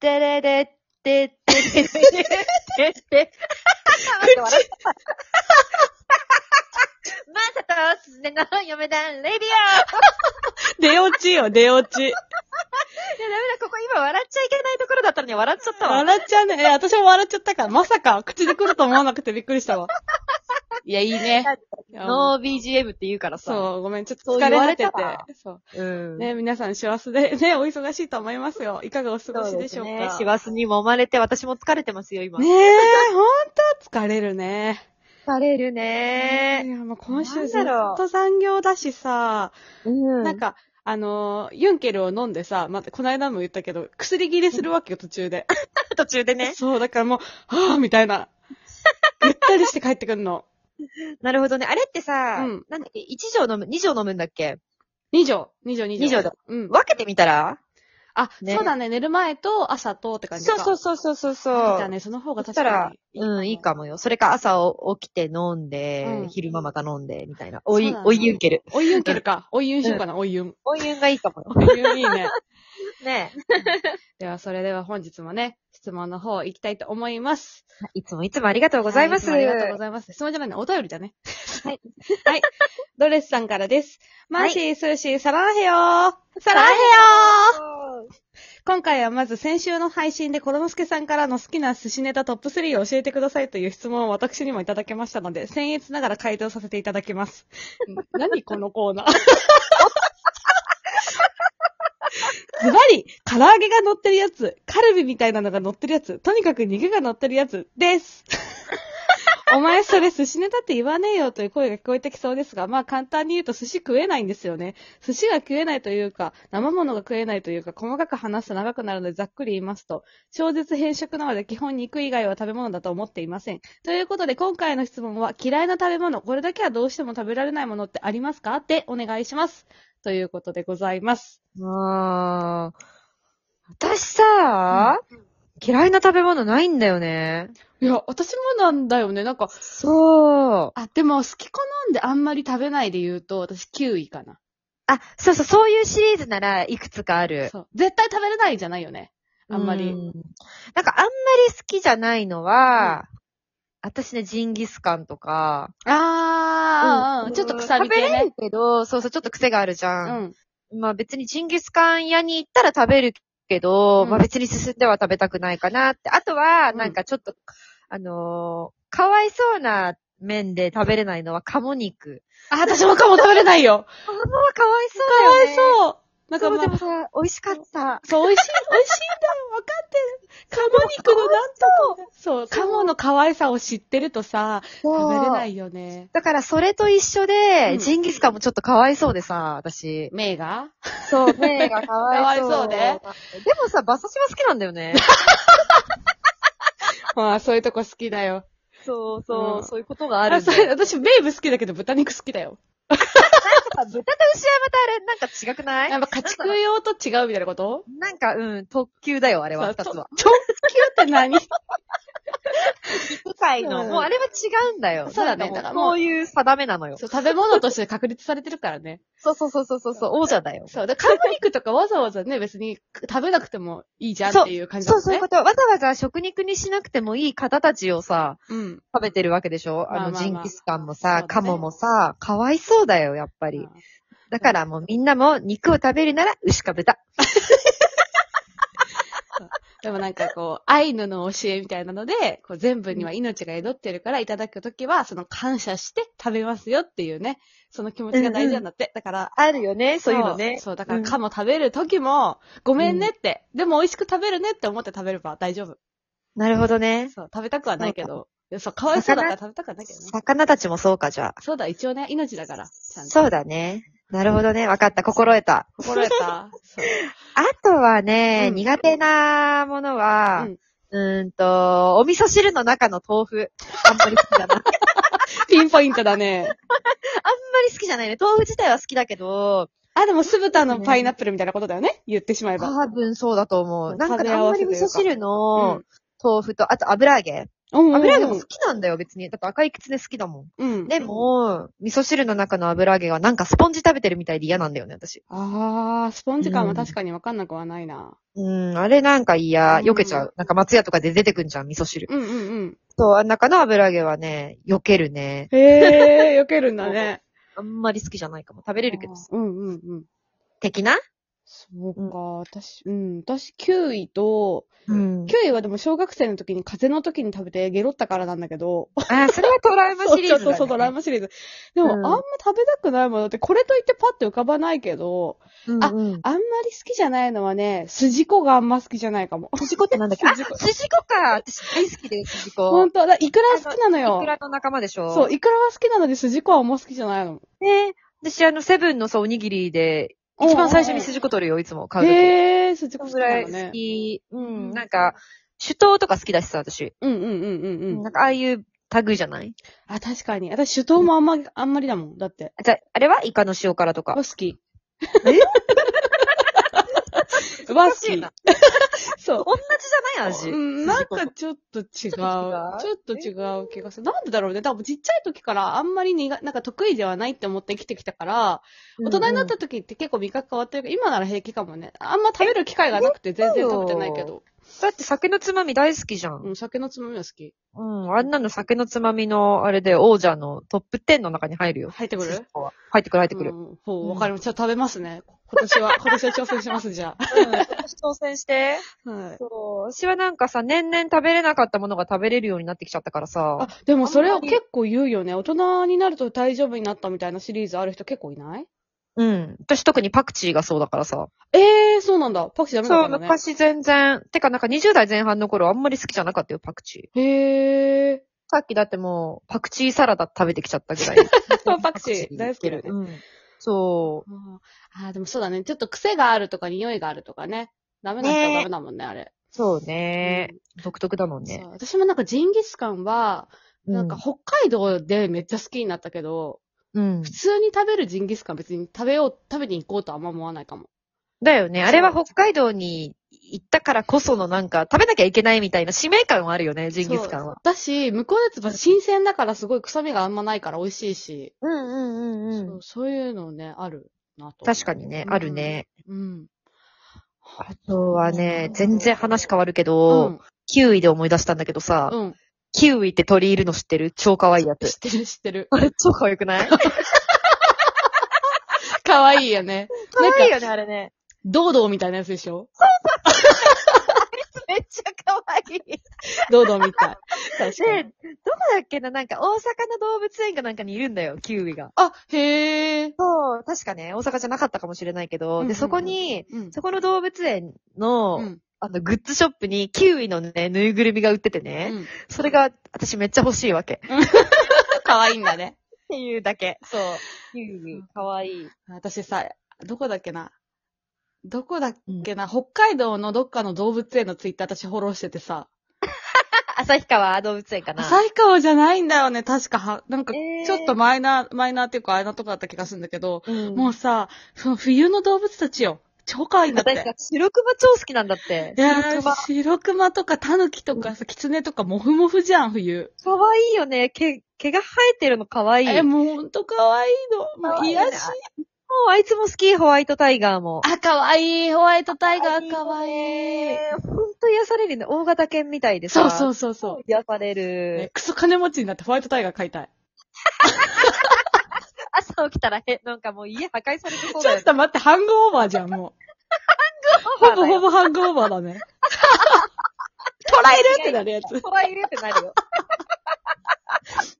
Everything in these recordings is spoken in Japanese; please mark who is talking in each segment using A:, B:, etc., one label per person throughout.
A: てれれってってってってって。まさとすねの嫁だんレディオいや、ダメ
B: 出落ちよ、出落ち。
A: だ、ここ今笑っちゃいけないところだったのに笑っちゃったわ。
B: 笑っちゃうね。え、私も笑っちゃったから、まさか口で来ると思わなくてびっくりしたわ。いや、いいね。
A: ノー BGM って言うからさ。
B: そう、ごめん、ちょっと
A: そう
B: 疲
A: 言
B: れ
A: わ
B: 果
A: れ
B: て
A: た
B: て
A: わ。。
B: そ
A: う
B: う
A: ん
B: う。ね、皆さん幸せで、ね、お忙しいと思いますよ。いかがお過ごしでしょう
A: ね。
B: か。
A: 師走に揉まれて、私も疲れてますよ、今。
B: ねえ、ほんと疲れるね。
A: 疲れる
B: い
A: ね。
B: や、もう今週ず
A: な
B: っ
A: んだろう
B: と残業だしさ、
A: うん
B: なんか、あのー、ユンケルを飲んでさ、また、この間も言ったけど、薬切れするわけよ、途中で。
A: 途中でね。
B: そう、だからもう、はぁ、みたいな。ぐったりして帰ってくんの。
A: なるほどね。あれってさ、
B: うん
A: なんだっけ、1錠飲む、2錠飲むんだっけ
B: 2錠。2錠、2錠。
A: 二錠だ。
B: うん。
A: 分けてみたら
B: あ、
A: ね
B: そうだね。寝る前と朝とって感じ
A: そ
B: か。
A: うそう
B: そ
A: そうそうそうそ
B: じゃあ
A: う。
B: ね、その方
A: そし
B: が確
A: た
B: からに。
A: うん、いいかもよ。それか朝を起きて飲んで、
B: うん
A: 昼間また飲んで、みたいな。お
B: そう
A: い
B: だ、ね
A: おいゆんける。
B: おいゆんけるか。おいゆんしようかな、おいゆん。
A: おいゆんがいいかもよ。
B: おいゆんいいね。
A: ねえ
B: では、それでは本日もね、質問の方行きたいと思います。
A: いつもいつもありがとうございます。
B: はつもありがとうございます。質問じゃないね。お便りだね。
A: はい。
B: はい。ドレスさんからです。マーシー、スーシー、サランヘヨー。サランヘヨー今回はまず先週の配信でコロノスケさんからの好きな寿司ネタトップ3を教えてくださいという質問を私にもいただけましたので、僭越ながら回答させていただきます。何このコーナー。ズバリ、唐揚げが乗ってるやつ、カルビみたいなのが乗ってるやつ、とにかく肉が乗ってるやつです。 お前それ寿司ネタって言わねえよという声が聞こえてきそうですが、まあ簡単に言うと寿司食えないんですよね。寿司が食えないというか、生物が食えないというか、細かく話すと長くなるのでざっくり言いますと、超絶変色なので基本肉以外は食べ物だと思っていません。ということで今回の質問は、嫌いな食べ物、これだけはどうしても食べられないものってありますかってお願いします。ということでございます。
A: あー私さ、嫌いな食べ物ないんだよね。
B: いや、私もなんだよね。なんか、
A: そう。
B: あ、でも好き好んであんまり食べないで言うと、私9位かな。
A: あ、そうそう、そういうシリーズならいくつかある。
B: そう。絶対食べれないじゃないよね。あんまり。
A: うなんかあんまり好きじゃないのは、私ね、ジンギスカンとか。
B: あー、うん、ちょっと臭み
A: 食
B: 系
A: べれ
B: ね
A: る。けど、そうそう、ちょっと癖があるじゃ。
B: うんん。
A: まあ別にジンギスカン屋に行ったら食べるけど、
B: うん
A: まあ別に進んでは食べたくないかなって。あとは、
B: うん
A: なんかちょっと、あのーかわいそうな面で食べれないのは鴨肉。
B: あ、私もかも食べれないよ。
A: あんまかわいそう
B: かわ
A: だよ、
B: い
A: ね。
B: そう。なんか
A: そう
B: ま
A: で
B: あ、
A: もさ、美味しかった。
B: そう、美味しい、美味しいんだよ。分かってる。鴨肉のなんとか。そう、鴨の可愛さを知ってるとさ、食べれな
A: そう。
B: いよね。
A: だからそれと一緒で、
B: うん
A: ジンギスカンもちょっとかわいそうでさ、私。
B: 目が
A: そう、目 がかわいそう。
B: かわいそうね
A: でもさ、馬刺しは好きなんだよね。
B: まあ、そういうとこ好きだよ。
A: そう
B: そう
A: そういうことが
B: あ
A: あ
B: れ、
A: るん
B: そ
A: だ
B: れ、
A: よ。
B: 私、ベイブ好きだけど、豚肉好きだよ。
A: 豚と牛はまたあれ、なんか違くない
B: やっぱ、家畜用と違うみたいなこと
A: なんか、うん、特急だよ、あれは、二
B: そう
A: つは。
B: ちょ直球って何
A: 世界
B: の
A: もうあれは違うんだよ。
B: そうだね
A: なん
B: だからもう
A: そういう定めなのよ。
B: そう、食べ物として確立されてるからね。
A: そうそうそうそうそうそう、王者だよ。
B: そう、で、鴨肉とかわざわざね、別に食べなくてもいいじゃんっていう感じだ
A: そ
B: も
A: うんそういう
B: ね。
A: こと。わざわざ食肉にしなくてもいい方たちをさ、
B: うん。
A: 食べてるわけでしょ
B: まあ
A: あ
B: まあ
A: の、
B: まあ
A: ジンギスカンも
B: そうだ
A: さ
B: ね、
A: カモもさ、かわいそうだよ、やっぱり。だからもうみんなも肉を食べるなら牛か豚。
B: でもなんかこう、アイヌの教えみたいなので、こう全部には命が宿ってるから、いただくときは、その感謝して食べますよっていうね、その気持ちが大事なんだって。だから、
A: あるよね、
B: そう、そうだから、かも食べるときも、ごめんねって、でも美味しく食べるねって思って食べれば大丈夫。
A: なるほどね。
B: そう、食べたくはないけど。いやそう、かわいそうだから食べたくはないけどね。
A: 魚たちもそうか、じゃあ。
B: そうだ、一応ね、命だから、ちゃんと。
A: そうだね。なるほどね。わかった。心得た。
B: 心得た。そう。
A: あとはね、
B: うん
A: 苦手なものは、
B: うん
A: うーんと、お味噌汁の中の豆腐。あんまり好きじゃ ない。あんま
B: ピンポイントだね。
A: り好きじゃないね。豆腐自体は好きだけど、
B: あ、でも酢豚のパイナップルみたいなことだよね。言ってしまえば。
A: 多分そうだと思う。なんか
B: 食べ
A: ね、
B: 合
A: あん
B: わ
A: ま
B: せとい
A: り
B: う
A: 味
B: か
A: 噌汁
B: う
A: の
B: ん
A: 豆腐と、あと油揚げ。
B: うんうんうん
A: 油揚げも好きなんだよ、別に。だって赤いきつね好きだも
B: うん。
A: ん。でも、味噌汁の中の油揚げがなんかスポンジ食べてるみたいで嫌なんだよね、私。
B: あー、スポンジ感
A: う
B: は
A: ん
B: 確かにわかんなくはないな。
A: うん、あれなんか嫌、
B: うん
A: 避けちゃう。なんか松屋とかで出てくんじゃん、味噌汁。
B: うんうんうん。
A: そう、あん中の油揚げはね、避けるね。
B: へー、避けるんだね。
A: あんまり好きじゃないかも。食べれるけどさ。
B: あーうんうんうん。
A: 的な
B: そうか、私、うん、私9位と、
A: うん。
B: 9位はでも小学生の時に風邪の時に食べてゲロったからなんだけど、
A: あ、それはトラウマシリーズ、
B: そ
A: だ
B: うちょっとそうトラウマシリーズ。でも、
A: うん
B: あんま食べたくないものって、これといってパッと浮かばないけど、
A: マ。うんうん。
B: あんまり好きじゃないのはね、筋子があんま好きじゃないかも。筋子って
A: なんだっけあ筋子か私大好きで、筋子。
B: 本当だ、イクラ好きなの
A: い
B: よ
A: く。らの仲間でしょ
B: そう、イクラは好きなのに筋子はあんま好きじゃないの。
A: う。ね私あの、セブンのさ、おにぎりで、一番最初に筋子取るよ、いつも買うとき。
B: へー、
A: そ
B: 筋子
A: の
B: 好
A: ぐ
B: き
A: ら
B: ないのね
A: 好。き。うん、
B: うん
A: なんか、手刀とか好きだしさ、私。
B: うんうんうんうん
A: な
B: う
A: ん
B: ん。
A: か、ああいう類じゃない
B: あ、確かに。私、手刀もあんま、あんまりだもん。だって。
A: じゃあ、あれはイカの塩辛とか
B: は。好き。
A: お
B: えは
A: か
B: 好
A: しいな
B: き。 そう。
A: 同じじゃない味。
B: うん、なんかちょっと違う。ち
A: ょっと違
B: ょっと違う気がする。なんでだろうね。多分ちっちゃい時からあんまり苦、なんか得意ではないって思って生きてきたから、大人になっ
A: うん
B: た時って結構味覚変わってるから、今なら平気かもね。あんま食べる機会がなくて全然食べてないけど。
A: だって酒のつまみ大好きじゃん。
B: うん、酒のつまみは好き。
A: うん。あんなの酒のつまみの、あれで、王者のトップ10の中に入るよ。
B: 入ってくる
A: 筋子は入ってくる、入ってくる。
B: うん、ほう、わかります。ちょっと食べますね。今 年は、今年は挑戦します、じゃ
A: うん。挑戦して。
B: あ。はい。
A: そう。私はなんかさ、年々食べれなかったものが食べれるようになってきちゃったからさ
B: あ。、でもそれを結構言うよね。大人になると大丈夫になったみたいなシリーズある人結構いない
A: うん。私特にパクチーがそうだからさ。
B: ええー、そうなんだ。パクチーダメだっ
A: そう、
B: たんだね。
A: 昔全然。てかなんか20代前半の頃あんまり好きじゃなかったよ、パクチー。
B: へえ。
A: さっきだってもう、パクチーサラダ食べてきちゃった ぐらい。
B: パクチー大好きだね
A: うん。そう。
B: あーあー、でもそうだね。ちょっと癖があるとか匂いがあるとかね。ダメな人は
A: ねえ
B: ダメだもんね、あれ。
A: そうね。独特だもん
B: うん
A: ね
B: そ。う私もなんかジンギスカンは、なんか
A: う、
B: 北海道でめっちゃ好きになったけど、
A: うん
B: 普。通に食べるジンギスカン別に食べよう、食べに行こうとはあんま思わないかも。
A: だよね。あれは北海道に行ったからこそのなんか、食べなきゃいけないみたいな使命感はあるよね、ジンギスカンは。
B: だし、向こうのやつは新鮮だからすごい臭みがあんまないから美味しいし、
A: うんうん
B: そうそういうのね、あるなと。
A: 確かにね、
B: うん
A: あるね。
B: うん。
A: あとはね、
B: うん
A: 全然話変わるけ
B: う
A: ど、
B: ん。
A: キウイで思い出したんだけどさ、
B: うん。
A: キウイって鳥いるの知ってる超可愛いや
B: 知
A: つ。
B: ってる知ってる。
A: あれ超可愛 くない
B: かわいいよね。
A: 可愛いよね、あれね。
B: ドードーみたいなやつでしょ
A: めっちゃ可愛い。
B: ドードーみたい。確か
A: で、
B: に。
A: どこだっけななんか大阪の動物園かなんかにいるんだよ、キウイが。
B: あ、へえ。
A: そう、確かね、大阪じゃなかったかもしれないけど、
B: うんうんう
A: で、
B: ん
A: そこに、
B: うん。
A: そこの動物園の、
B: うん。
A: あの、グッズショップにキウイのね、ぬいぐるみが売っててね、それが私めっちゃ欲しいわけ。っ
B: かわいいんだね。
A: ていうだけ。そう。キウイ、かわいい。
B: 私さ、どこだっけな。どこだっけな、北海道のどっかの動物園のツイッター私フォローしててさ、
A: 旭川動物園かな。
B: 旭川じゃないんだよね、確かは、なんか、
A: えー
B: ちょっとマイナー、マイナーっていうか、あれなとこだった気がするんだけど、
A: うん
B: もうさ、その冬の動物たちよ、超可愛いんだっ
A: 私さ
B: て。、
A: 白熊超好きなんだって。
B: いや
A: 白
B: ー
A: 熊。、
B: 白熊とかタヌキとかさ、キツネとかモフモフじゃん、冬。
A: かわいいよね。毛、毛が生えてるのかわいい。
B: え、
A: も
B: もうほんと可愛いの。もう癒やし。
A: うあいつも好き、ホワイトタイガーも。
B: あ、可愛い。ホワイトタイガー可愛い
A: え。ー、ほんと癒されるね。大型犬みたいで
B: そ
A: さ。
B: うそううそうそう。
A: 癒される
B: ね。クソ金持ちになってホワイトタイガー買いたい。
A: 朝起きたら、へ、なんかもう家破壊されてそう
B: ち
A: だ
B: ょ
A: よ
B: っ
A: ね。
B: と待って、ハングオーバーじゃん、もう。ほぼほ
A: ぼ。
B: ぼハングオーバーだね。捉えるってなるやつ。
A: トライルってなるよ。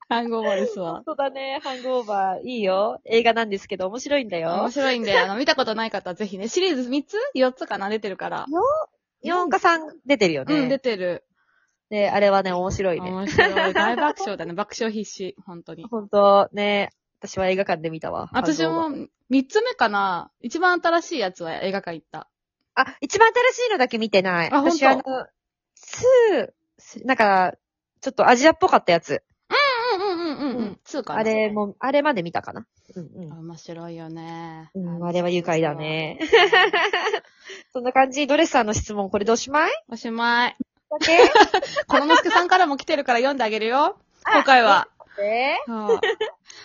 B: ハングオーバーです
A: 本
B: わ。
A: 当だね。ハングオーバー、いいよ。映画なんですけど、面白いんだよ
B: 面。白いんで、あの、見たことない方はぜひね、シリーズ3つ ?4 つかな出てるから。
A: 日本家さん出てるよね。
B: うん、出てる。
A: で、あれはね、面白いね。
B: 面 白い。大爆笑だね。爆笑必至。本当に。
A: ほんと、ね、私は映画館で見たわ。
B: 私
A: ハングオーバー
B: も、3つ目かな一番新しいやつは映画館行った。
A: あ、一番新しいのだけ見てない。
B: あほんと
A: 私あの、2、なんか、ちょっとアジアっぽかったやつ。
B: うんうんうんうん
A: う
B: うんん。2かな
A: あれも、あれまで見たかな。うんうん。
B: 面白いよね。
A: うん、あれは愉快だ ね。そんな感じ、ドレスさんの質問これでおしまい
B: おしまい。
A: じだけ
B: こののすけさんからも来てるから読んであげるよ。今回は。
A: え
B: はい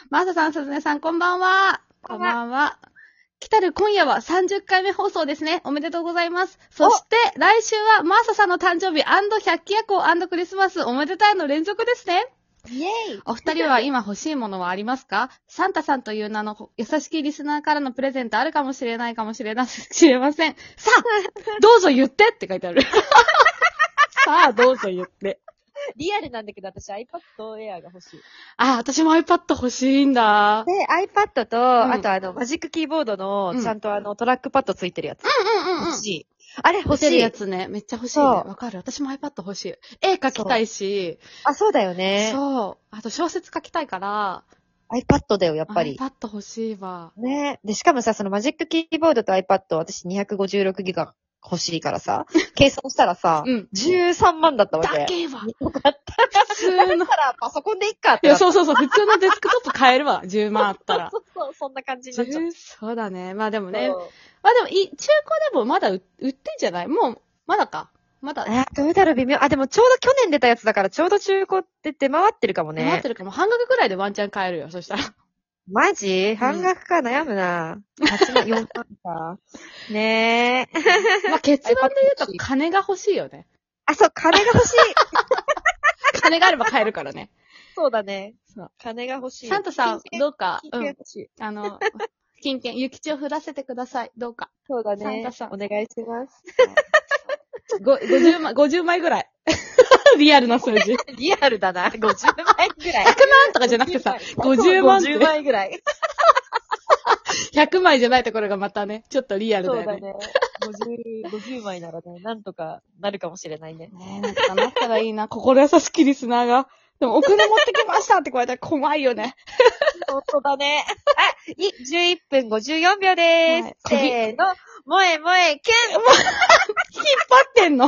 B: マーサさん、すずねさん、こんばんは。
A: こ
B: こ
A: ん
B: ん
A: ばんは
B: ばんは。来たる今夜は30回目放送ですね。おめでとうございます。そして、来週はマーサさんの誕生日 &100 期夜行クリスマスおめでたいの連続ですね。
A: イェイ
B: お二人は今欲しいものはありますかサンタさんという名の優しきリスナーからのプレゼントあるかもしれないか もしれな、知れません。さ あ、どうぞ言ってって書いてあ る。さあ、どうぞ言って。
A: リアルなんだけど、私 iPad Air が欲しい。
B: あ、私も iPad 欲しいんだ。
A: で、iPad と、
B: ん
A: あとあの、マジックキーボードの、
B: うん
A: ちゃんとあの、トラックパッドついてるやつ。
B: うんうん
A: 欲しい。あれ欲
B: 欲
A: し
B: しい
A: い
B: や。つね。めっちゃ欲しいね。
A: そう
B: わかる。私も iPad 欲しい。絵描きたいし、
A: あ、そうだよ
B: そう,、
A: ね。
B: あと小説書きたいから、
A: iPad だよ、やっぱり。
B: iPad 欲しいわ。
A: ねで、しかもさ、そのマジックキーボードと iPad、私256ギガ欲しいからさ、計算したらさ、
B: うん。
A: 13万だったわけ。
B: だけは。
A: よかった。
B: 普通の
A: だ。から、パソコンでいっかっ
B: い
A: てな
B: や、
A: った。
B: そうそうそう。普通のデスクトップ買えるわ。10万あったら。
A: そうそう、そんな感じになっちゃっ
B: 十そうだね。まあでも
A: た。
B: ね。
A: そう
B: まあでもいい、中古でもまだ売売ってんじゃないもう、まだか。まだ、
A: あ、どうだろう、微妙。あ、でもちょうど去年出たやつだから、ちょうど中古って出回ってるかも
B: 待っ
A: ね
B: て。るかも。半額くらいでワンチャン買えるよ。そした ら。
A: マジ半額か悩むな。8万、4万 か。ねえ。
B: まあ結論で言う
A: iPad 欲し
B: と
A: い
B: 金が欲しいよね。
A: あ、そう、金が欲しい。
B: 金があれば買えるから ね。
A: そうだね
B: そう。
A: 金が欲しい。
B: サンタさん、どうか、
A: 金券
B: うん、
A: 欲しい。
B: あの、金券、ゆきちを降らせてください。どうか。
A: そうだね。
B: サンタさん
A: お願いします。
B: ご50枚、50枚ぐらい。 リアルな数字。100
A: リアルだな。50枚ぐらい。
B: 万とかじゃなくてさ、50万って
A: 50枚ぐらい。
B: 100枚じゃないところがまたね、ちょっとリアルだ
A: そう
B: よね
A: だ。ね。50、50枚ならね、なんとかなるかもしれないね。
B: ねえ、なんかなったらいいな。心優しきリスナーが。でも、お金持ってきましたって言われたら怖いよ ね。
A: 本当だね。あ、い、11分54秒でーす。
B: はい
A: せーの。萌え萌えキュン
B: 引っ張ってんの